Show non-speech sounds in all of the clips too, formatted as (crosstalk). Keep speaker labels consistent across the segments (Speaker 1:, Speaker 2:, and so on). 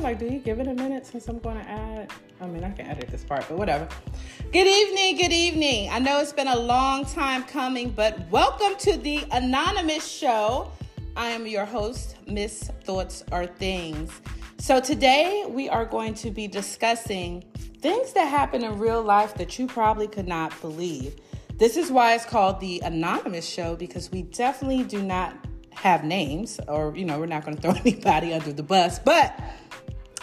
Speaker 1: like, do you give it a minute since I'm going to add? I mean, I can edit this part, but whatever. Good evening, good evening. I know it's been a long time coming, but welcome to the Anonymous Show. I am your host, Miss Thoughts Are Things. So today we are going to be discussing things that happen in real life that you probably could not believe. This is why it's called the Anonymous Show because we definitely do not have names or, you know, we're not going to (laughs) throw anybody under the bus. But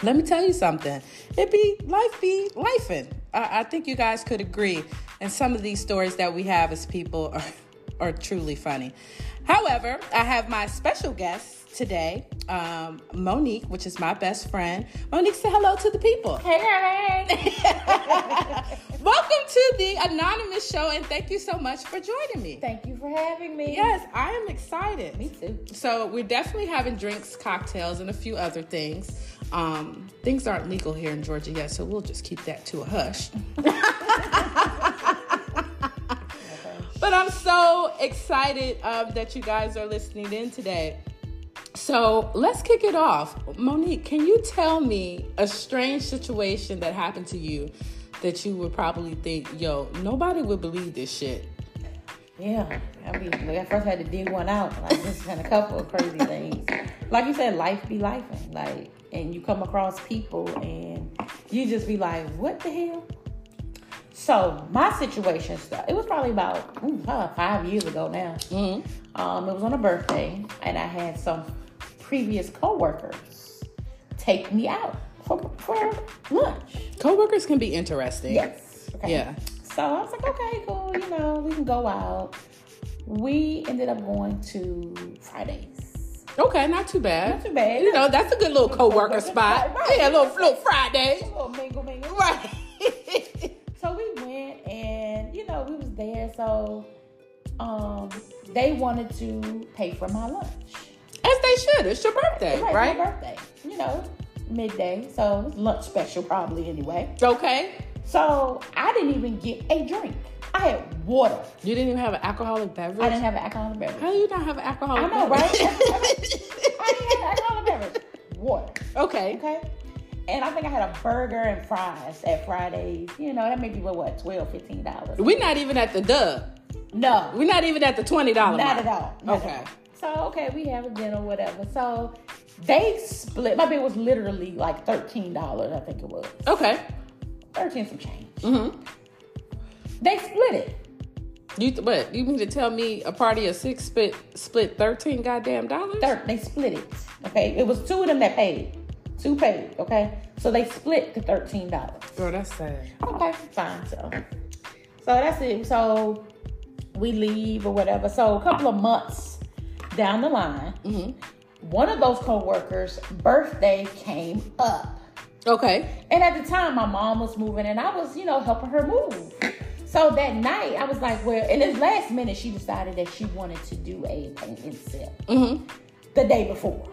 Speaker 1: let me tell you something. It be life be lifing. I, I think you guys could agree. And some of these stories that we have as people are, (laughs) are truly funny. However, I have my special guest today, um, Monique, which is my best friend. Monique, say hello to the people.
Speaker 2: Hey!
Speaker 1: (laughs) Welcome to the Anonymous Show, and thank you so much for joining me.
Speaker 2: Thank you for having me.
Speaker 1: Yes, I am excited.
Speaker 2: Me too.
Speaker 1: So we're definitely having drinks, cocktails, and a few other things. Um, things aren't legal here in Georgia yet, so we'll just keep that to a hush. (laughs) but I'm so excited um, that you guys are listening in today. So let's kick it off. Monique, can you tell me a strange situation that happened to you that you would probably think, yo, nobody would believe this shit?
Speaker 2: Yeah. I mean, like, I first had to dig one out. Like, just kind of couple of crazy things. Like you said, life be life. Like, and you come across people and you just be like, what the hell? So, my situation, st- it was probably about ooh, huh, five years ago now. Um, it was on a birthday, and I had some previous coworkers take me out for, for lunch.
Speaker 1: Coworkers can be interesting.
Speaker 2: Yes. Okay.
Speaker 1: Yeah.
Speaker 2: So I was like, okay, cool, you know, we can go out. We ended up going to Fridays.
Speaker 1: Okay, not too bad.
Speaker 2: Not too bad.
Speaker 1: You know, that's a good little coworker
Speaker 2: coworker
Speaker 1: spot.
Speaker 2: spot, right.
Speaker 1: Yeah, little little Friday.
Speaker 2: A little mingle mingle.
Speaker 1: Right.
Speaker 2: So we went and you know, we was there, so um they wanted to pay for my lunch.
Speaker 1: As they should. It's your birthday,
Speaker 2: Right,
Speaker 1: right?
Speaker 2: my birthday. You know, midday. So it was lunch special probably anyway.
Speaker 1: Okay.
Speaker 2: So I didn't even get a drink. I had water.
Speaker 1: You didn't even have an alcoholic beverage.
Speaker 2: I didn't have an alcoholic beverage.
Speaker 1: How do you not have an alcoholic
Speaker 2: I know, right?
Speaker 1: beverage?
Speaker 2: I didn't have (laughs)
Speaker 1: (laughs)
Speaker 2: alcohol beverage. Water.
Speaker 1: okay.
Speaker 2: Okay. And I think I had a burger and fries at Fridays. You know, that may be what, what, 12 dollars.
Speaker 1: We're not even at the dub.
Speaker 2: No,
Speaker 1: We're not even at the twenty dollar.
Speaker 2: not at all. Not at
Speaker 1: Okay.
Speaker 2: all. So okay, we have a dinner, whatever. So they split. My bill was literally like thirteen dollars, I think it was
Speaker 1: Okay.
Speaker 2: thirteen some change.
Speaker 1: Mm-hmm.
Speaker 2: They split it.
Speaker 1: You th- what? You mean to tell me a party of six split split thirteen goddamn dollars?
Speaker 2: Thir- they split it. Okay, it was two of them that paid. Two paid. Okay, so they split the thirteen dollars.
Speaker 1: Girl, that's sad.
Speaker 2: Okay, fine. So, so that's it. So we leave or whatever. So a couple of months down the line, one of those coworkers' birthday came up,
Speaker 1: Okay.
Speaker 2: and at the time, my mom was moving, and I was, you know, helping her move. So that night, I was like, well, in this last minute, she decided that she wanted to do a paint and sip
Speaker 1: Mm-hmm.
Speaker 2: the day before.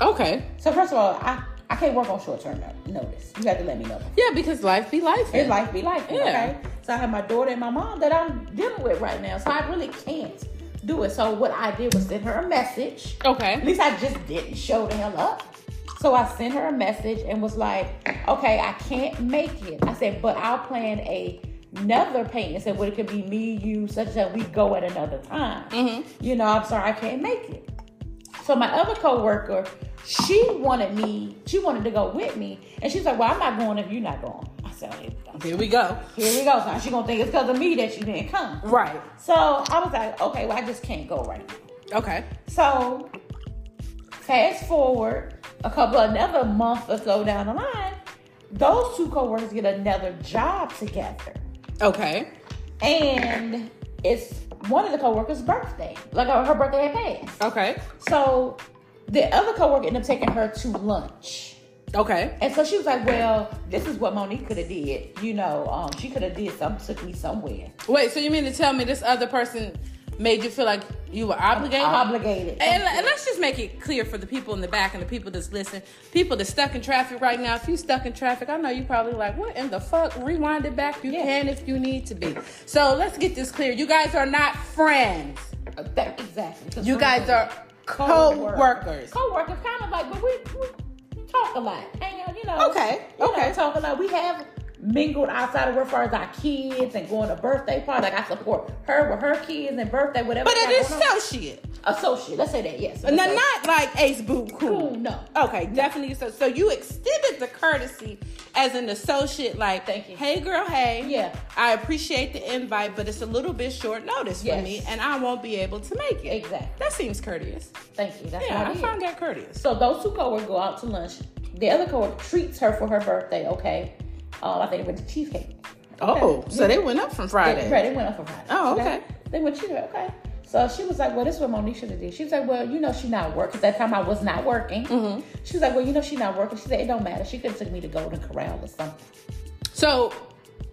Speaker 1: Okay.
Speaker 2: So first of all, I I can't work on short term notice. You have to let me know.
Speaker 1: Yeah, because life be life.
Speaker 2: It's life be life.
Speaker 1: Yeah.
Speaker 2: Okay. So I have my daughter and my mom that I'm dealing with right now. So I really can't do it. So what I did was send her a message. At
Speaker 1: Okay.
Speaker 2: least I just didn't show the hell up. So I sent her a message and was like, okay, I can't make it. I said, but I'll plan a another painting. I said, well, it could be me, you, such that we go at another time. You know, I'm sorry, I can't make it. So my other coworker, she wanted me, she wanted to go with me. And she's like, well, I'm not going if you're not going. I said, okay,
Speaker 1: Here we go.
Speaker 2: here we go. So she gonna think it's because of me that you didn't come.
Speaker 1: Right.
Speaker 2: So I was like, okay, well, I just can't go right now.
Speaker 1: Okay.
Speaker 2: So fast forward a couple another month or so down the line, those two coworkers get another job together.
Speaker 1: Okay.
Speaker 2: And it's one of the coworkers' birthday. Like her her birthday had passed.
Speaker 1: Okay.
Speaker 2: So the other coworker ended up taking her to lunch.
Speaker 1: Okay.
Speaker 2: And so she was like, well, this is what Monique could have did. You know, um, she could have did something, took me somewhere.
Speaker 1: Wait. So you mean to tell me this other person made you feel like you were obligated?
Speaker 2: Obligated.
Speaker 1: and, and let's just make it clear for the people in the back and the people that's listening, people that's stuck in traffic right now. If you stuck in traffic, I know you probably like, what in the fuck? Rewind it back. You
Speaker 2: Yeah.
Speaker 1: can if you need to be. So let's get this clear. You guys are not friends.
Speaker 2: Uh, that- exactly. 'Cause
Speaker 1: You
Speaker 2: we're
Speaker 1: guys are
Speaker 2: co-workers.
Speaker 1: co-workers.
Speaker 2: Co-workers, kind of like, but we, we talk a lot, hang out, you know.
Speaker 1: Okay,
Speaker 2: you
Speaker 1: okay.
Speaker 2: Know, talk a lot. We have mingled outside of work as far as our kids and going to birthday parties. Like I support her with her kids and birthday, whatever.
Speaker 1: But
Speaker 2: they
Speaker 1: it
Speaker 2: got
Speaker 1: is
Speaker 2: going on.
Speaker 1: associate.
Speaker 2: associate. Let's say that yes.
Speaker 1: No, not like ace boo cool.
Speaker 2: cool. No.
Speaker 1: Okay, definitely. So, so you extended the courtesy as an associate, like,
Speaker 2: Thank you.
Speaker 1: Hey, girl. Hey.
Speaker 2: Yeah.
Speaker 1: I appreciate the invite, but it's a little bit short notice for
Speaker 2: Yes.
Speaker 1: me, and I won't be able to make it.
Speaker 2: Exactly.
Speaker 1: That seems courteous.
Speaker 2: Thank you. That's
Speaker 1: Yeah,
Speaker 2: what
Speaker 1: I
Speaker 2: it is.
Speaker 1: found that courteous.
Speaker 2: So those two coworkers go out to lunch. The other coworker treats her for her birthday. Okay. Um, I think they went to cheesecake.
Speaker 1: Oh, so they went up from Friday.
Speaker 2: They, right, they went up for Friday.
Speaker 1: Oh, okay.
Speaker 2: They went cheated. Okay. So she was like, "Well, this is what Monique should have did." She was like, "Well, you know, she not working." At that time, I was not working.
Speaker 1: Mm-hmm.
Speaker 2: She was like, "Well, you know, she not working." She said, "It don't matter. She could have took me to Golden Corral or something."
Speaker 1: So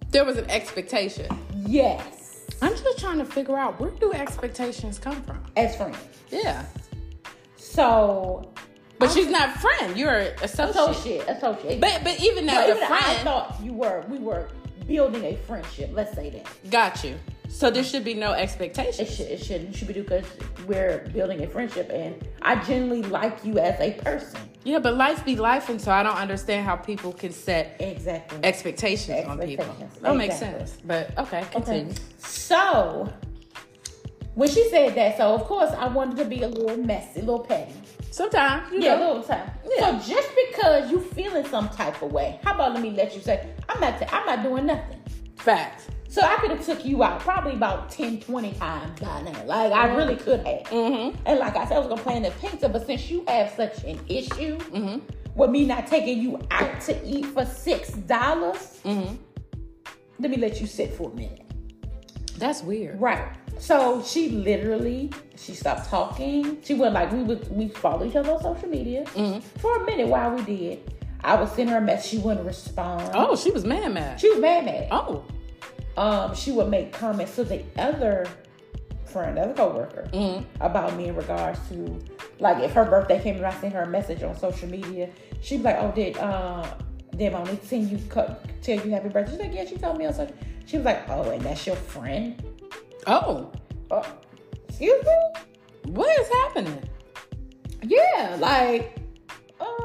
Speaker 1: there was an expectation.
Speaker 2: Yes,
Speaker 1: I'm just trying to figure out where do expectations come from?
Speaker 2: as friends.
Speaker 1: Yeah.
Speaker 2: So
Speaker 1: But she's not friend. You're an associate.
Speaker 2: associate, associate.
Speaker 1: But but even
Speaker 2: But
Speaker 1: as a
Speaker 2: even I
Speaker 1: friend,
Speaker 2: thought you were. We were building a friendship. Let's say that.
Speaker 1: got you. So there should be no
Speaker 2: It
Speaker 1: expectations.
Speaker 2: should, it should, it should be because we're building a friendship, and I genuinely like you as a person.
Speaker 1: Yeah, but life be life, and so I don't understand how people can set
Speaker 2: Exactly.
Speaker 1: expectations on people.
Speaker 2: Expectations.
Speaker 1: That makes
Speaker 2: Exactly.
Speaker 1: sense. But okay,
Speaker 2: Okay.
Speaker 1: continue.
Speaker 2: So when she said that, so of course I wanted to be a little messy, a little petty.
Speaker 1: Sometimes you
Speaker 2: Yeah, a
Speaker 1: know.
Speaker 2: little time.
Speaker 1: Yeah.
Speaker 2: So just because you feeling some type of way, how about let me let you say, I'm not i I'm not doing nothing.
Speaker 1: Facts.
Speaker 2: So I could have took you out probably about 10, 20 times by now. Like I really could have.
Speaker 1: Mm-hmm.
Speaker 2: And like I said, I was gonna plan the pizza, but since you have such an issue
Speaker 1: Mm-hmm.
Speaker 2: with me not taking you out to eat for six dollars,
Speaker 1: Mm-hmm.
Speaker 2: let me let you sit for a minute.
Speaker 1: That's weird.
Speaker 2: Right. So she literally she stopped talking. She went like we would we follow each other on social media for a minute while we did. I was sending her a message. She wouldn't respond.
Speaker 1: Oh, she was mad mad.
Speaker 2: She was mad mad.
Speaker 1: Oh.
Speaker 2: Um, she would make comments to the other friend, other coworker, about me in regards to like if her birthday came and I sent her a message on social media, she'd be like, "Oh, did uh, did Monique send you co- tell you happy birthday?" She's like, "Yeah, she told me on social." She was like, "Oh, and that's your friend."
Speaker 1: Oh.
Speaker 2: Oh, excuse me.
Speaker 1: What is happening?
Speaker 2: Yeah, like, um,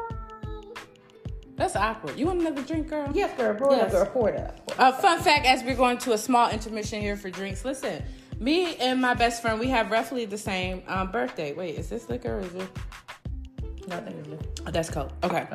Speaker 1: That's awkward. You want another drink, girl?
Speaker 2: yes, girl, pour it
Speaker 1: Yes.
Speaker 2: up, girl, pour it up.
Speaker 1: Uh, fun fact as we're going to a small intermission here for drinks. Listen, me and my best friend, we have roughly the same um, birthday. Wait, is this liquor or is it?
Speaker 2: Nothing to do.
Speaker 1: Oh, that's Coke. Okay.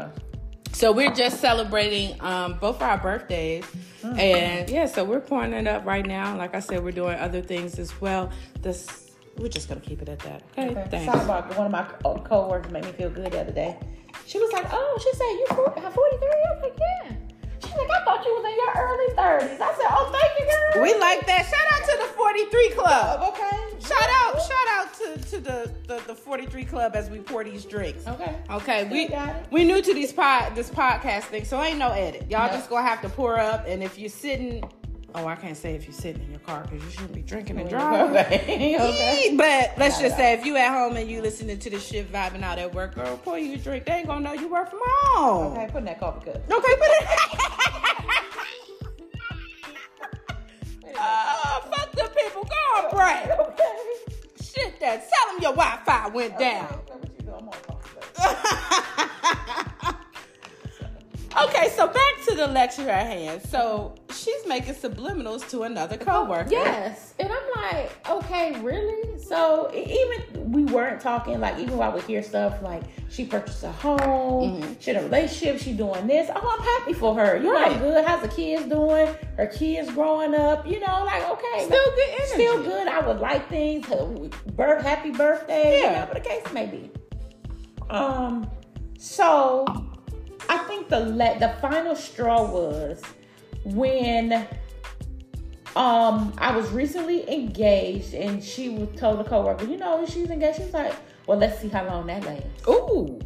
Speaker 1: So we're just celebrating um, both our birthdays. And yeah, so we're pouring it up right now. Like I said, we're doing other things as well. This We're just going to keep it at that. Okay.
Speaker 2: Okay.
Speaker 1: Thanks.
Speaker 2: Sidebar, one of my co- uh, coworkers made me feel good the other day. She was like, oh, she said, you 43? I was like, yeah. She's like, I thought you was in your early 30s. I said, oh, thank you, girl.
Speaker 1: We like that. Shout out to the 43 Club.
Speaker 2: okay.
Speaker 1: Shout out, shout out to, to the, the, the 43 Club as we pour these drinks.
Speaker 2: Okay.
Speaker 1: Okay, we
Speaker 2: got it.
Speaker 1: we new to these pod this podcast thing, so ain't no edit. Y'all
Speaker 2: No.
Speaker 1: just gonna have to pour up, and if you're sitting, oh, I can't say if you're sitting in your car because you shouldn't be drinking and driving.
Speaker 2: Okay. (laughs) okay.
Speaker 1: Eee, (laughs) But let's
Speaker 2: Not
Speaker 1: just
Speaker 2: at
Speaker 1: say if you at home and you listening to this shit vibing out at work, girl, pour you a drink. They ain't gonna know you work from home.
Speaker 2: Okay, put in that coffee cup.
Speaker 1: Okay, put
Speaker 2: (laughs)
Speaker 1: it. (laughs) oh, fuck the people. Go on break.
Speaker 2: Okay.
Speaker 1: Shit, that tell them your Wi-Fi went down.
Speaker 2: Okay, what you doing? I'm on coffee cup.
Speaker 1: okay, (laughs) so back to the lecture at hand. So she's making subliminals to another coworker.
Speaker 2: Yes, and I'm like, okay, really? So e- even we weren't talking like even while we hear stuff like she purchased a home,
Speaker 1: Mm-hmm.
Speaker 2: she in a relationship, she doing this. Oh, I'm happy for her. You know,
Speaker 1: Right.
Speaker 2: good. How's the kids doing? Her kids growing up. You know, like okay,
Speaker 1: Still
Speaker 2: like,
Speaker 1: good energy.
Speaker 2: still good. I would like things. Her Birth, happy birthday.
Speaker 1: Yeah.
Speaker 2: Yeah, whatever the case may be. Um, so I think the le- the final straw was when um I was recently engaged and she was told a coworker, you know, she's engaged. She was like, well, let's see how long that lasts.
Speaker 1: Ooh,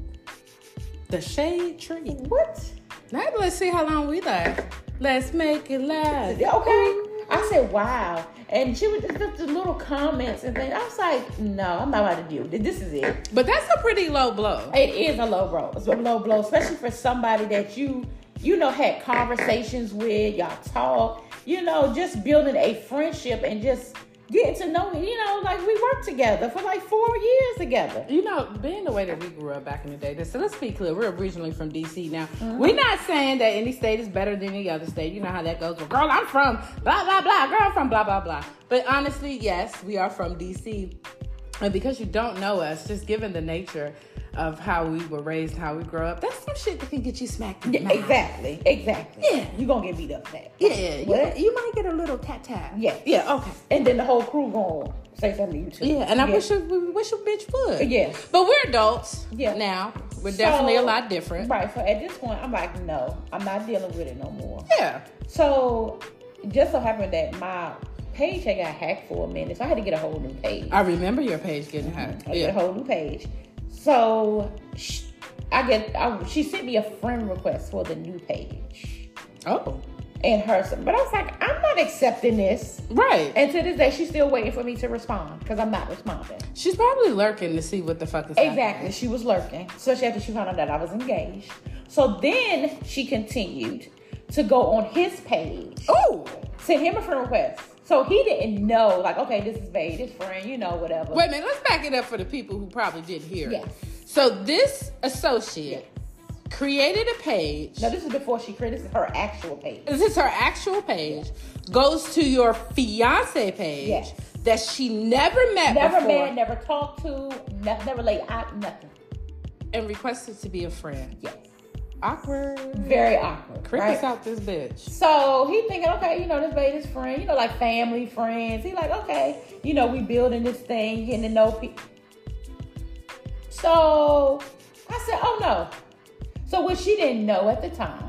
Speaker 1: the shade tree.
Speaker 2: What?
Speaker 1: Now let's see how long we last. Let's make it last.
Speaker 2: Yeah, Okay. I said, wow. And she was just just the little comments and things. I was like, no, I'm not about to deal with it. This is it.
Speaker 1: But that's a pretty low blow.
Speaker 2: It is a low blow. It's a low blow, especially for somebody that you, you know, had conversations with, y'all talk, you know, just building a friendship and just getting to know me. You know, like we worked together for like four years together.
Speaker 1: You know, being the way that we grew up back in the day, so let's be clear, we're originally from DC. Now,
Speaker 2: Mm-hmm.
Speaker 1: we're not saying that any state is better than the other state. You know how that goes. Well, girl, I'm from blah, blah, blah. Girl, I'm from blah, blah, blah. But honestly, yes, we are from DC. And because you don't know us, just given the nature of how we were raised, how we grow up, that's some shit that can get you smacked in the
Speaker 2: Yeah,
Speaker 1: mouth.
Speaker 2: exactly, exactly.
Speaker 1: Yeah.
Speaker 2: you gonna get beat up for that.
Speaker 1: Yeah, you,
Speaker 2: What?
Speaker 1: you might get a little tap tap.
Speaker 2: Yeah.
Speaker 1: Yeah, okay.
Speaker 2: And then the whole crew gonna say something to you too.
Speaker 1: Yeah, and I wish a, we wish a bitch would.
Speaker 2: Yeah.
Speaker 1: But we're adults
Speaker 2: Yeah.
Speaker 1: now. We're
Speaker 2: So-
Speaker 1: definitely a lot different.
Speaker 2: Right. So at this point, I'm like, no, I'm not dealing with it no more.
Speaker 1: Yeah.
Speaker 2: So just so happened that my page had got hacked for a minute, so I had to get a whole new page.
Speaker 1: I remember your page getting hacked.
Speaker 2: I get a
Speaker 1: Yeah.
Speaker 2: whole new page. So sh I get, I, she sent me a friend request for the new page
Speaker 1: Oh.
Speaker 2: and her. But I was like, I'm not accepting this.
Speaker 1: Right.
Speaker 2: And to this day, she's still waiting for me to respond because I'm not responding.
Speaker 1: She's probably lurking to see what the fuck is
Speaker 2: Exactly. She was lurking, especially after she found out that I was engaged. So then she continued to go on his page,
Speaker 1: Oh.
Speaker 2: send him a friend request. So he didn't know, like, okay, this is Bae, this friend, you know, whatever.
Speaker 1: Wait a minute. Let's back it up for the people who probably didn't hear. it.
Speaker 2: Yes.
Speaker 1: So this associate
Speaker 2: Yes.
Speaker 1: created a page.
Speaker 2: No, this is before she created this is her actual page.
Speaker 1: This is her actual page. Goes to your fiance page
Speaker 2: Yes.
Speaker 1: that she never met
Speaker 2: Never
Speaker 1: before
Speaker 2: met, never talked to, ne- never laid out, nothing.
Speaker 1: and requested to be a friend.
Speaker 2: Yes.
Speaker 1: Awkward.
Speaker 2: Very awkward.
Speaker 1: Crick
Speaker 2: right?
Speaker 1: us out this bitch.
Speaker 2: So he thinking, okay, you know, this baby's friend, you know, like family friends. He like, okay, you know, we building this thing, getting to know people. So I said, oh no. So what she didn't know at the time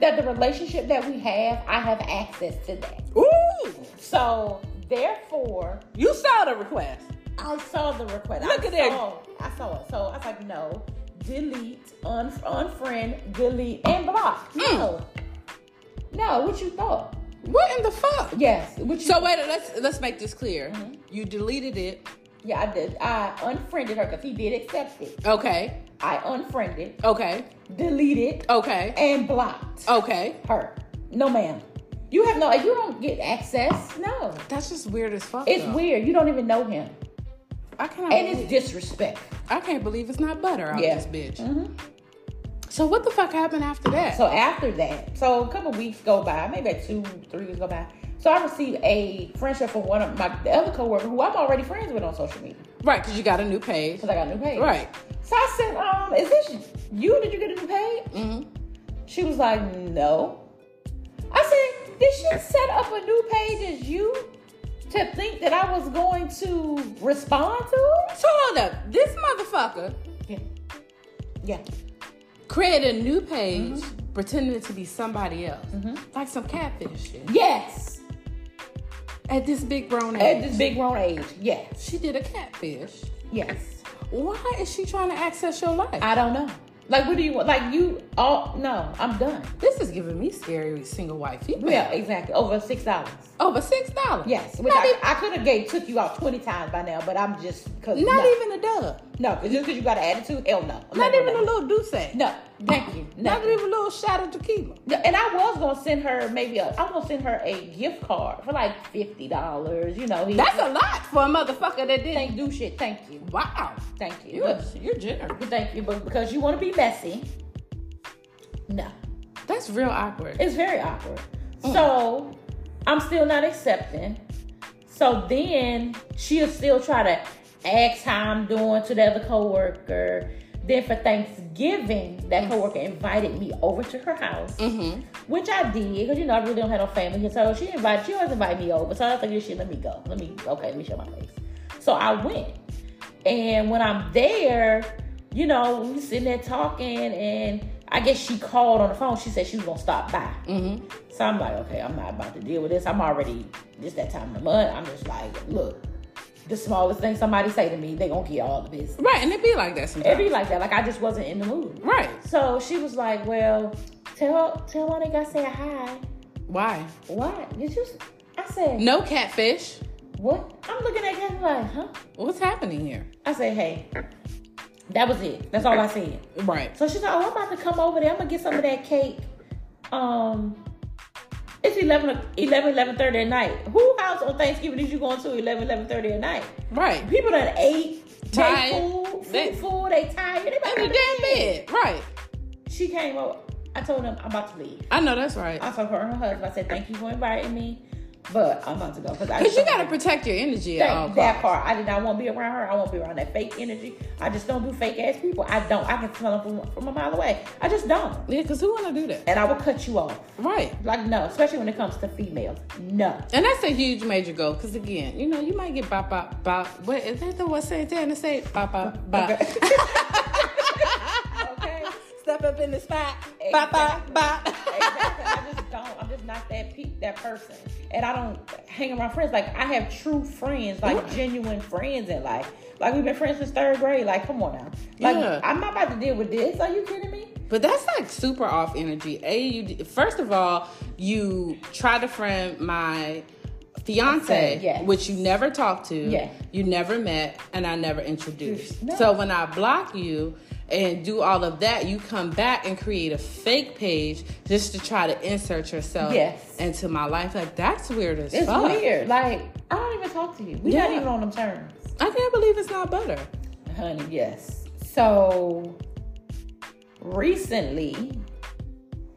Speaker 2: that the relationship that we have, I have access to that.
Speaker 1: Ooh,
Speaker 2: So therefore,
Speaker 1: you saw the request.
Speaker 2: I saw the request.
Speaker 1: Look
Speaker 2: I
Speaker 1: at that.
Speaker 2: saw, I saw it. So I was like, no, delete, un- unfriend, delete, and
Speaker 1: Mm.
Speaker 2: block. No. No, what you thought?
Speaker 1: What in the fuck?
Speaker 2: Yes. What you
Speaker 1: So wait, let's let's make this clear. You deleted it.
Speaker 2: Yeah, I did. I unfriended her because he did accept it.
Speaker 1: Okay.
Speaker 2: I unfriended,
Speaker 1: Okay.
Speaker 2: deleted,
Speaker 1: Okay.
Speaker 2: and blocked
Speaker 1: Okay.
Speaker 2: her. No, ma'am. You have no. You don't get access. No.
Speaker 1: That's just weird as fuck.
Speaker 2: It's
Speaker 1: though.
Speaker 2: weird. You don't even know him,
Speaker 1: I can't.
Speaker 2: and it's
Speaker 1: believe-
Speaker 2: disrespect.
Speaker 1: I can't believe it's Mm-hmm. not butter out
Speaker 2: Yeah. Mm-hmm.
Speaker 1: this bitch. So what the fuck happened after that?
Speaker 2: So after that, so a couple weeks go by, maybe like two, three weeks go by. So I received a friendship from one of my the other coworker who I'm already friends with on social media
Speaker 1: right, because you got a new page.
Speaker 2: because I got a new page.
Speaker 1: Right.
Speaker 2: So I said, um, is this you? Did you get a new page?
Speaker 1: Mm-hmm.
Speaker 2: She was like, no. I said, did she set up a new page as you to think that I was going to respond to
Speaker 1: So hold up, this motherfucker
Speaker 2: it? Yeah. Yeah.
Speaker 1: created a new page pretending to be somebody else, like some catfish shit.
Speaker 2: Yes.
Speaker 1: At this big grown
Speaker 2: At
Speaker 1: age,
Speaker 2: this big grown age. Yes.
Speaker 1: she did a catfish.
Speaker 2: Yes.
Speaker 1: Why is she trying to access your life?
Speaker 2: I don't know. Like, what do you want? Like, you all, no, I'm done.
Speaker 1: this is giving me scary single white female.
Speaker 2: Yeah, exactly. Over $6.
Speaker 1: Over six dollars.
Speaker 2: Yes. Which
Speaker 1: Not,
Speaker 2: I,
Speaker 1: even,
Speaker 2: I could have gave, took you out 20 times by now, but I'm just, cause,
Speaker 1: not
Speaker 2: no.
Speaker 1: even a dub.
Speaker 2: No, 'cause just because you got an attitude, hell no. I'm
Speaker 1: Not
Speaker 2: doing
Speaker 1: even a
Speaker 2: that.
Speaker 1: little douce.
Speaker 2: No, thank you.
Speaker 1: Not
Speaker 2: Nothing.
Speaker 1: even a little shot of tequila.
Speaker 2: No, And I was gonna send her maybe a, I was gonna send her a gift card for like fifty dollars. You know, he
Speaker 1: That's
Speaker 2: (laughs)
Speaker 1: a lot for a motherfucker that didn't.
Speaker 2: thank do shit. Thank you,
Speaker 1: Wow.
Speaker 2: thank you.
Speaker 1: You're, you're generous.
Speaker 2: But- thank you, but because you want to be messy, no,
Speaker 1: That's real awkward.
Speaker 2: it's very awkward. So I'm still not accepting. So then she'll still try to ask how I'm doing to the other coworker. Then for Thanksgiving, that coworker invited me over to her house.
Speaker 1: Mm-hmm.
Speaker 2: Which I did, because you know I really don't have no family here. So she invited, she always invited me over. So I was like, shit, let me go. Let me, okay, let me show my face. So I went. And when I'm there, you know, we sitting there talking, and I guess she called on the phone. She said she was gonna stop by.
Speaker 1: Mm-hmm.
Speaker 2: So I'm like, okay, I'm not about to deal with this. I'm already just that time of the month. I'm just like, look, the smallest thing somebody say to me, they gonna get all of this.
Speaker 1: Right, and it be like that sometimes.
Speaker 2: It be like that. Like I just wasn't in the mood.
Speaker 1: right.
Speaker 2: So she was like, well, tell tell my nigga I said hi.
Speaker 1: Why?
Speaker 2: What? Did you? I said,
Speaker 1: No catfish.
Speaker 2: what? I'm looking at him like, huh?
Speaker 1: What's happening here?
Speaker 2: I said, hey, that was it. That's all I said.
Speaker 1: Right.
Speaker 2: So she's like, oh, I'm about to come over there. I'm gonna get some of that cake. Um, It's 11, 11, 11:30 at night. Who house on Thanksgiving is you going to 11, 11:30 at night?
Speaker 1: Right.
Speaker 2: People that ate,
Speaker 1: Tired.
Speaker 2: they food, food,
Speaker 1: They-
Speaker 2: they, food, they tired. They about
Speaker 1: In the
Speaker 2: to
Speaker 1: damn
Speaker 2: leave.
Speaker 1: bed. Right.
Speaker 2: She came over. I told them I'm about to leave.
Speaker 1: I know that's right.
Speaker 2: I told her and her husband. I said thank you for inviting me, but I'm about to go because I.
Speaker 1: Because you
Speaker 2: don't-
Speaker 1: got to protect your energy at all
Speaker 2: That, that
Speaker 1: costs.
Speaker 2: part, I did not want to be around her. I won't be around that fake energy. I just don't do fake ass people. I don't. I can smell them from, from a mile away. I just don't.
Speaker 1: Yeah, because who want to do that?
Speaker 2: And I will cut you off.
Speaker 1: Right.
Speaker 2: Like no, especially when it comes to females. No.
Speaker 1: And that's a huge major goal because again, you know, you might get bop bop bop. What is that the what saying there in the say bop bop bop?
Speaker 2: Okay.
Speaker 1: (laughs) Step up in the spot, bop bop bop.
Speaker 2: (laughs) exactly. I just don't. I'm just not that pe- that person, and I don't hang around friends. Like I have true friends, like
Speaker 1: Right.
Speaker 2: genuine friends in life. Like we've been friends since third grade. Like come on now. Like
Speaker 1: Yeah.
Speaker 2: I'm not about to deal with this. Are you kidding me?
Speaker 1: But that's like super off energy. A, you d- first of all, you try to friend my fiance,
Speaker 2: Okay, yes.
Speaker 1: which you never talked to,
Speaker 2: Yeah.
Speaker 1: you never met, and I never introduced.
Speaker 2: No.
Speaker 1: So when I block you and do all of that, you come back and create a fake page just to try to insert yourself
Speaker 2: Yes.
Speaker 1: into my life. Like that's weird as
Speaker 2: It's
Speaker 1: fuck.
Speaker 2: weird. Like I don't even talk to you. We're not
Speaker 1: Yeah.
Speaker 2: even on them terms,
Speaker 1: I can't believe it's not butter.
Speaker 2: honey. Yes. So recently,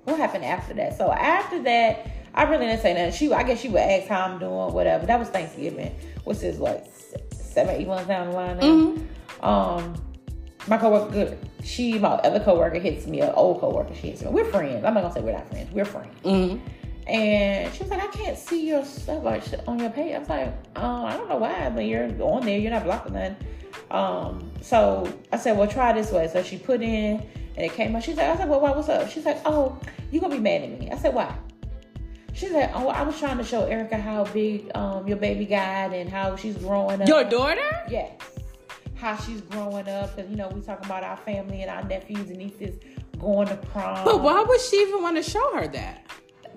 Speaker 2: what happened after that? So after that, I really didn't say nothing. She, I guess she would ask how I'm doing, whatever. That was Thanksgiving, which is what s- seven, eight months down the line. Now. Um, my coworker, good. She, my other coworker, hits me. An old coworker, she hits me. We're friends. I'm not gonna say we're not friends. We're friends.
Speaker 1: Mm-hmm.
Speaker 2: And she was like, I can't see your stuff like sh- on your page. I was like, um, I don't know why, but you're on there, you're not blocking nothing. Um, so I said, Well, try this way. So she put in and it came up. She's like, I said, Well, why what's up? She's like, Oh, you gonna be mad at me. I said, Why? She's like, Oh, I was trying to show Erica how big um your baby got and how she's growing up.
Speaker 1: Your daughter?
Speaker 2: Yes. How she's growing up, and you know, we talking about our family and our nephews and nieces going to prom.
Speaker 1: But why would she even want to show her that?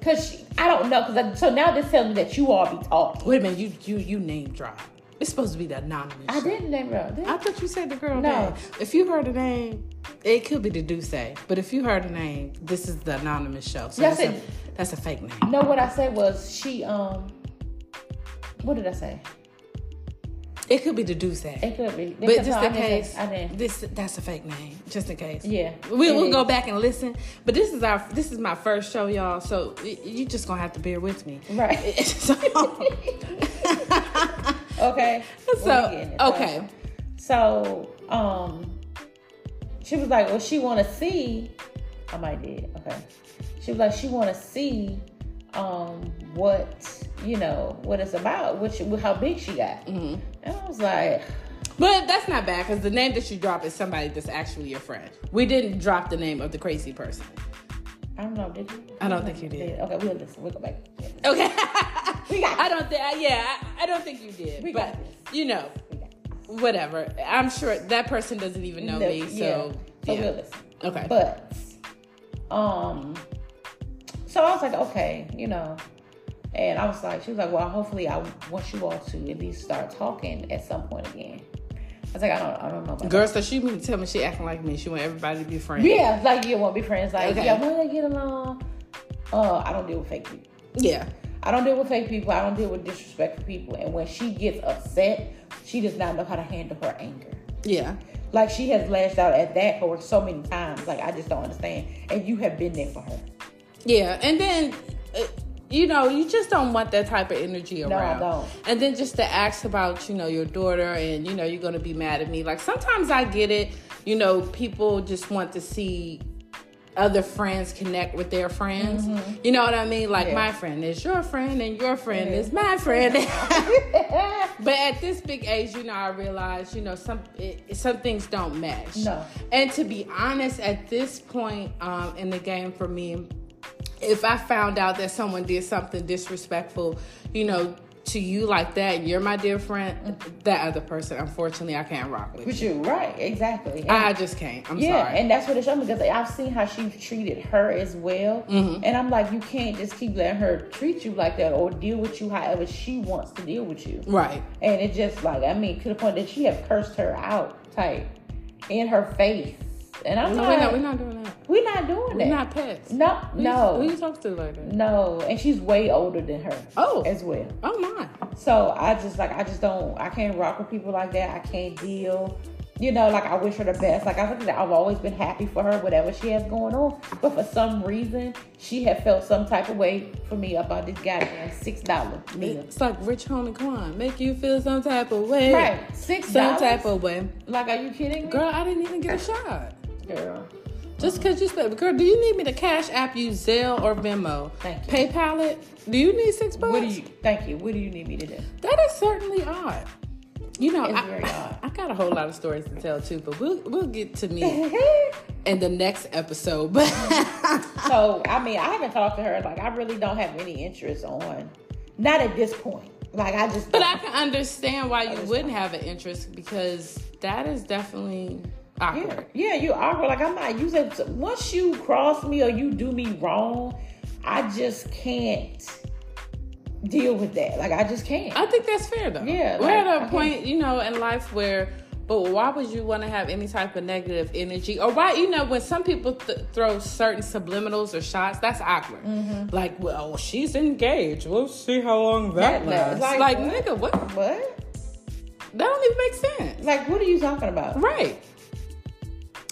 Speaker 2: Cause she, I don't know. Cause I, so now this tells me that you all be talking.
Speaker 1: Wait a minute, you you you name drop. It's supposed to be the anonymous.
Speaker 2: I
Speaker 1: show.
Speaker 2: didn't name her. Did I?
Speaker 1: I thought you said the girl
Speaker 2: No.
Speaker 1: name. If you heard the name, it could be the Duce. But if you heard the name, this is the anonymous show. So
Speaker 2: Yes,
Speaker 1: that's, a,
Speaker 2: it-
Speaker 1: that's a fake name.
Speaker 2: No, what I said was she. Um, what did I say?
Speaker 1: It could be the Duce.
Speaker 2: It could be.
Speaker 1: But
Speaker 2: Because
Speaker 1: just
Speaker 2: no,
Speaker 1: in
Speaker 2: I didn't say-
Speaker 1: case,
Speaker 2: I didn't.
Speaker 1: this that's a fake name. Just in case.
Speaker 2: Yeah.
Speaker 1: We,
Speaker 2: It
Speaker 1: we'll
Speaker 2: is.
Speaker 1: go back and listen, but this is our this is my first show, y'all. So y- you just gonna have to bear with me,
Speaker 2: Right.
Speaker 1: (laughs) so,
Speaker 2: (laughs) Okay.
Speaker 1: (laughs) So,
Speaker 2: We're getting it.
Speaker 1: okay.
Speaker 2: So, um, she was like, "Well, she want to see." I might did. Okay. She was like, "She want to see, um, what you know, what it's about, what she, how big she got." Mm-hmm. And I was like,
Speaker 1: but that's not bad because the name that you drop is somebody that's actually your friend. We didn't drop the name of the crazy person.
Speaker 2: "I don't know, did you?"
Speaker 1: I don't think you did.
Speaker 2: Okay, we'll listen. We'll go back.
Speaker 1: Okay.
Speaker 2: (laughs) We got
Speaker 1: I don't think. Yeah, I, I don't think you did.
Speaker 2: We
Speaker 1: but
Speaker 2: got
Speaker 1: you know,
Speaker 2: We got
Speaker 1: whatever. I'm sure that person doesn't even know
Speaker 2: No,
Speaker 1: me. So
Speaker 2: yeah. So
Speaker 1: yeah.
Speaker 2: we'll listen.
Speaker 1: okay.
Speaker 2: But um so I was like, okay, you know. And I was like, she was like, well, hopefully I want you all to at least start talking at some point again. I was like, I don't I don't know about
Speaker 1: Girl, so she mean tell me she acting like me. She want everybody to be friends.
Speaker 2: that. Yeah, like you won't be friends. Like,
Speaker 1: Okay.
Speaker 2: yeah, when they get along. Uh, I don't deal with fake people.
Speaker 1: Yeah.
Speaker 2: I don't deal with fake people. I don't deal with disrespectful people. And when she gets upset, she does not know how to handle her anger.
Speaker 1: Yeah.
Speaker 2: Like she has lashed out at that for so many times. Like I just don't understand. And you have been there for her.
Speaker 1: Yeah. And then, uh, you know, you just don't want that type of energy around.
Speaker 2: I don't.
Speaker 1: And then just to ask about, you know, your daughter and, you know, you're going to be mad at me. Like sometimes I get it. You know, people just want to see other friends connect with their friends. You know what I mean? Like
Speaker 2: Mm-hmm. Yeah.
Speaker 1: my friend is your friend and your friend is my friend.
Speaker 2: (laughs)
Speaker 1: (laughs) But at this big age, you know, I realize, you know, some it, some things don't mesh.
Speaker 2: No.
Speaker 1: And to be honest, at this point um, in the game for me, if I found out that someone did something disrespectful, you know, to you like that, and you're my dear friend, that other person, unfortunately, I can't rock with.
Speaker 2: With you, right? Exactly. And-
Speaker 1: I just can't. I'm
Speaker 2: yeah,
Speaker 1: sorry.
Speaker 2: and that's what it showed me because I've seen how she treated her as well,
Speaker 1: Mm-hmm.
Speaker 2: and I'm like, you can't just keep letting her treat you like that or deal with you however she wants to deal with you.
Speaker 1: right.
Speaker 2: And it just like, I mean, to the point that she have cursed her out, type, in her face, and I'm
Speaker 1: No, we're
Speaker 2: like,
Speaker 1: not. We're not doing that.
Speaker 2: We're not doing
Speaker 1: We're
Speaker 2: that.
Speaker 1: not pets.
Speaker 2: no,
Speaker 1: Who you-
Speaker 2: no,
Speaker 1: Who you talk to like that?
Speaker 2: no. And she's way older than her.
Speaker 1: Oh.
Speaker 2: as well.
Speaker 1: Oh my.
Speaker 2: So I just like I just don't I can't rock with people like that. I can't deal. You know, like I wish her the best. Like I think I've always been happy for her, whatever she has going on. But for some reason, she had felt some type of way for me about this goddamn six dollar meal.
Speaker 1: It's like Rich Homie Quan. Make you feel some type of way.
Speaker 2: Right, six
Speaker 1: Some
Speaker 2: dollars.
Speaker 1: type of way.
Speaker 2: Like, are you kidding me,
Speaker 1: Girl, I didn't even get a shot.
Speaker 2: Girl.
Speaker 1: Just cause you said, girl, do you need me to cash app you Zelle or Venmo?
Speaker 2: Thank you.
Speaker 1: PayPal it? Do you need six bucks?
Speaker 2: What do you? Thank you. What do you need me to do?
Speaker 1: That is certainly odd. You know,
Speaker 2: It's
Speaker 1: I,
Speaker 2: very odd.
Speaker 1: (laughs) I got a whole lot of stories to tell too, but we'll we'll get to me in the next episode. (laughs) But
Speaker 2: so I mean, I haven't talked to her. Like I really don't have any interest on. Not at this point. Like I just.
Speaker 1: but I can understand why you
Speaker 2: just
Speaker 1: wouldn't have an interest because that is definitely
Speaker 2: Yeah,
Speaker 1: awkward.
Speaker 2: yeah, you awkward. Like I'm not using. Once you cross me or you do me wrong, I just can't deal with that. Like I just can't.
Speaker 1: I think that's fair though.
Speaker 2: Yeah,
Speaker 1: we're
Speaker 2: like,
Speaker 1: at a
Speaker 2: I
Speaker 1: point, you know, in life where, but why would you want to have any type of negative energy, or why, you know, when some people th- throw certain subliminals or shots, that's awkward.
Speaker 2: Mm-hmm.
Speaker 1: Like, well, she's engaged. We'll see how long that,
Speaker 2: That
Speaker 1: lasts.
Speaker 2: lasts.
Speaker 1: Like,
Speaker 2: Like, what?
Speaker 1: nigga, what? That
Speaker 2: what?
Speaker 1: don't even make sense.
Speaker 2: Like what are you talking about?
Speaker 1: Right.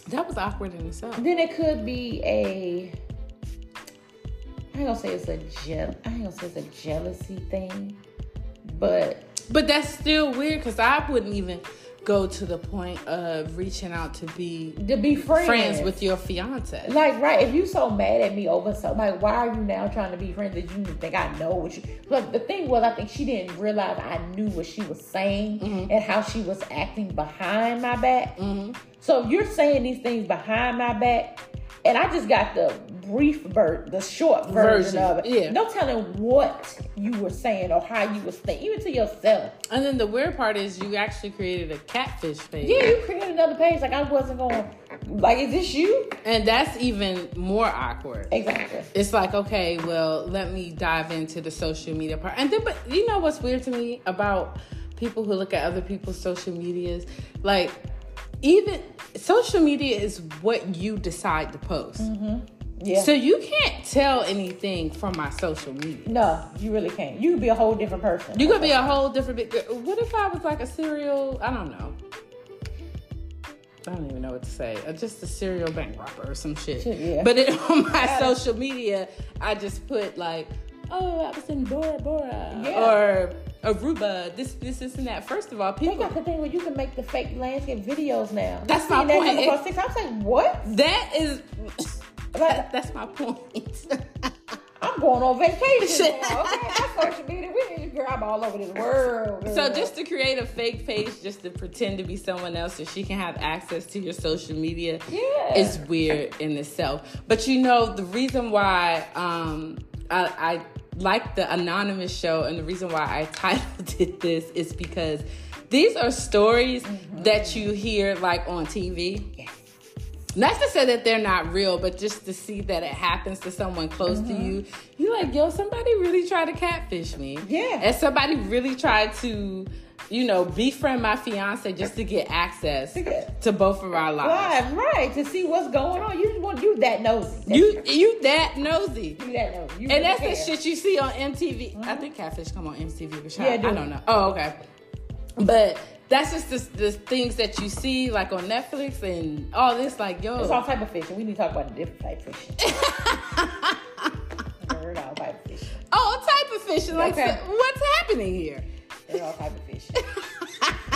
Speaker 1: That was awkward in itself.
Speaker 2: Then it could be a. I ain't gonna say it's a jeal. I ain't gonna say it's a jealousy thing, but
Speaker 1: But that's still weird because I wouldn't even go to the point of reaching out to be
Speaker 2: to be friends,
Speaker 1: friends with your fiance.
Speaker 2: Like, right, if you so mad at me over so like why are you now trying to be friends that you think I know what you look the thing was I think she didn't realize I knew what she was saying
Speaker 1: Mm-hmm.
Speaker 2: and how she was acting behind my back. So if you're saying these things behind my back, and I just got the brief ver- the short version,
Speaker 1: Version,
Speaker 2: of it.
Speaker 1: yeah.
Speaker 2: No telling what you were saying or how you was thinking, even to yourself.
Speaker 1: And then the weird part is you actually created a catfish page.
Speaker 2: Yeah, you created another page like I wasn't going like is this you?
Speaker 1: And that's even more awkward.
Speaker 2: Exactly.
Speaker 1: It's like, okay, well, let me dive into the social media part. And then but you know what's weird to me about people who look at other people's social medias? Like even social media is what you decide to post.
Speaker 2: Yeah.
Speaker 1: So you can't tell anything from my social media.
Speaker 2: No, you really can't. You could be a whole different person.
Speaker 1: You could be a whole different big girl. What if I was like a serial? I don't know. I don't even know what to say. Uh, Just a serial bank robber or some shit.
Speaker 2: Shit, yeah.
Speaker 1: But it, (laughs) on my social media, I just put like, oh, I was in Bora Bora
Speaker 2: Yeah.
Speaker 1: or Aruba. This, this, this, and that. First of all,
Speaker 2: They got
Speaker 1: people.
Speaker 2: the thing where you can make the fake landscape videos now.
Speaker 1: That's my
Speaker 2: I've seen that
Speaker 1: point.
Speaker 2: come across TikTok. I was like, what?
Speaker 1: That is. (laughs)
Speaker 2: Like-
Speaker 1: that's my point. (laughs)
Speaker 2: I'm going on vacation
Speaker 1: Shit.
Speaker 2: now. Okay, my social media, we need to grab all over this world. girl.
Speaker 1: So just to create a fake page just to pretend to be someone else so she can have access to your social media
Speaker 2: Yeah.
Speaker 1: is weird in itself. But you know, the reason why um I, I like the anonymous show and the reason why I (laughs) titled it this is because these are stories
Speaker 2: Mm-hmm.
Speaker 1: that you hear like on TV. Not to say that they're not real, but just to see that it happens to someone close to
Speaker 2: Mm-hmm.
Speaker 1: you, you're like, yo, somebody really tried to catfish me.
Speaker 2: Yeah.
Speaker 1: And somebody really tried to, you know, befriend my fiance just to get access
Speaker 2: Yeah.
Speaker 1: to both of our lives.
Speaker 2: live right to see what's going on. You just want you that nosy. That's
Speaker 1: You you that nosy.
Speaker 2: you that nosy. You
Speaker 1: And that's
Speaker 2: really
Speaker 1: the
Speaker 2: care.
Speaker 1: shit you see on MTV. I think Catfish come on MTV, but
Speaker 2: Yeah,
Speaker 1: I,
Speaker 2: it do.
Speaker 1: I don't know. Oh, okay. But that's just the, the things that you see like on Netflix and all this. Like, yo,
Speaker 2: It's all type of fishing. We need to talk about a different type
Speaker 1: (laughs)
Speaker 2: of fishing. Girl, all type of fishing.
Speaker 1: all Oh, type of fishing. Like,
Speaker 2: Okay.
Speaker 1: so- what's happening here?
Speaker 2: They're all type of fishing.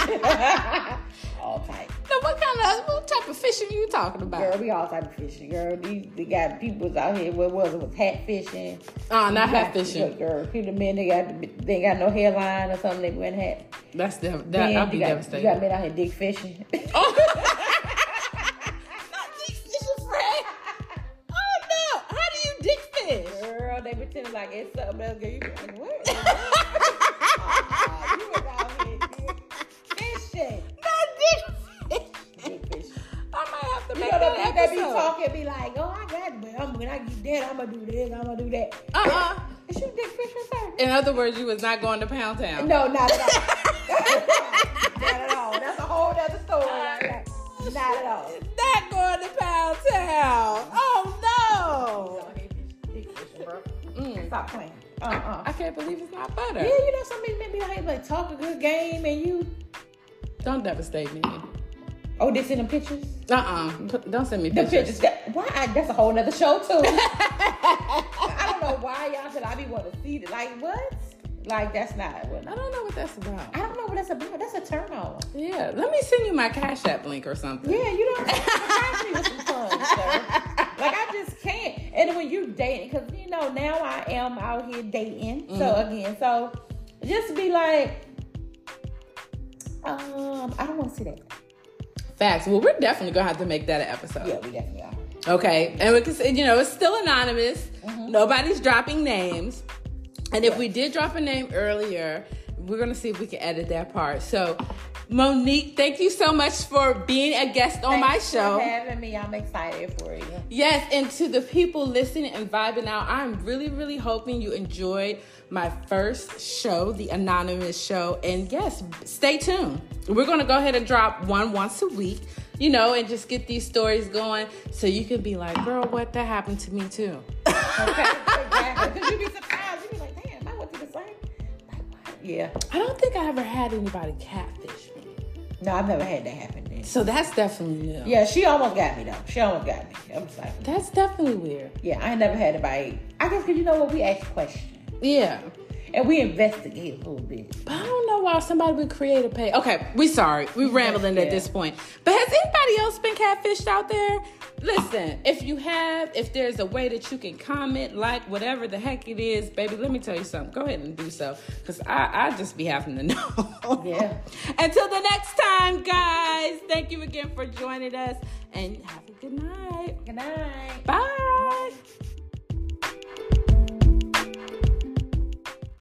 Speaker 1: (laughs)
Speaker 2: (laughs) all type.
Speaker 1: Now, what kind of what type of fishing you talking about?
Speaker 2: Girl, we all type of fishing. Girl, these they got people was out here. What was it? Was hat fishing?
Speaker 1: Oh, not
Speaker 2: Like,
Speaker 1: hat fishing.
Speaker 2: Girl, people men they got they ain't got no hairline or something. They wearing hat.
Speaker 1: That's dev- that.
Speaker 2: Then
Speaker 1: I'll be
Speaker 2: you got,
Speaker 1: devastated.
Speaker 2: You got men out here dick fishing.
Speaker 1: Not dick fishing, Fred. Oh no! How do you dick fish?
Speaker 2: girl, they pretending like it's something else. Girl, you be like what?
Speaker 1: (laughs)
Speaker 2: Aw, you was out here dick fishing.
Speaker 1: Not dick fish.
Speaker 2: Dick fishing.
Speaker 1: I might have to
Speaker 2: You
Speaker 1: make
Speaker 2: know,
Speaker 1: that
Speaker 2: they, they be
Speaker 1: episode.
Speaker 2: talking, be like, oh, I got it, but I'm, when I get that, I'm gonna do this, I'm gonna do that.
Speaker 1: Uh uh
Speaker 2: Is you dick fishing, sir?
Speaker 1: In other words, you was not going to Pound Town.
Speaker 2: No, not at all. (laughs) not at all. That's a
Speaker 1: Uh,
Speaker 2: whole other story. Like that. Not at all.
Speaker 1: Not going to Pound Town. Oh
Speaker 2: stop playing. Uh uh
Speaker 1: I can't believe it's not butter.
Speaker 2: Yeah, you know some people be like, like talk a good game and you.
Speaker 1: Don't devastate me.
Speaker 2: Oh, this in the pictures.
Speaker 1: Uh uh-uh. uh. do not send me
Speaker 2: The
Speaker 1: pictures.
Speaker 2: pictures. That, why? I, that's a whole nother show too. (laughs) I don't know why y'all should I be want to see it. Like what? Like that's not. What,
Speaker 1: I don't know what that's about.
Speaker 2: I don't know what that's about. That's a turn on.
Speaker 1: Yeah, let me send you my Cash App link or something.
Speaker 2: Yeah, you don't surprise me with some fun stuff. Like I just can't. And when you dating, because you know now I am out here dating. So
Speaker 1: Mm-hmm.
Speaker 2: again, so just be like, um, I don't want to see that.
Speaker 1: Facts. Well, we're definitely gonna have to make that an episode.
Speaker 2: Yeah, Mm-hmm. we definitely are.
Speaker 1: Okay, and we can say, you know, it's still anonymous. Nobody's dropping names. And if we did drop a name earlier, we're going to see if we can edit that part. So, Monique, thank you so much for being a guest on my
Speaker 2: Thanks
Speaker 1: show.
Speaker 2: for having me. I'm excited for you.
Speaker 1: Yes, and to the people listening and vibing out, I'm really, really hoping you enjoyed my first show, the Anonymous Show. And yes, stay tuned. We're going to go ahead and drop one once a week, you know, and just get these stories going so you can be like, girl, what that happened to me too.
Speaker 2: Okay, exactly. Because you'd be surprised. You'd be like, damn, I went through the same. Like what? Yeah.
Speaker 1: I don't think I ever had anybody catfish me.
Speaker 2: No, I've never had that happen. Then.
Speaker 1: So that's definitely new.
Speaker 2: Yeah, she almost got me though. She almost got me. I'm just like,
Speaker 1: That's definitely weird.
Speaker 2: yeah, I ain't never had anybody. I guess because you know what? We ask questions.
Speaker 1: Yeah.
Speaker 2: and we investigate a little bit.
Speaker 1: But I don't know why somebody would create a page. Okay, we sorry. We rambling at
Speaker 2: Yeah.
Speaker 1: this point. But has anybody else been catfished out there? Listen, if you have, if there's a way that you can comment, like, whatever the heck it is, baby, let me tell you something. Go ahead and do so. Because I, I just be having to know.
Speaker 2: (laughs) Yeah.
Speaker 1: Until the next time, guys, thank you again for joining us and have a good night.
Speaker 2: Good night.
Speaker 1: Bye.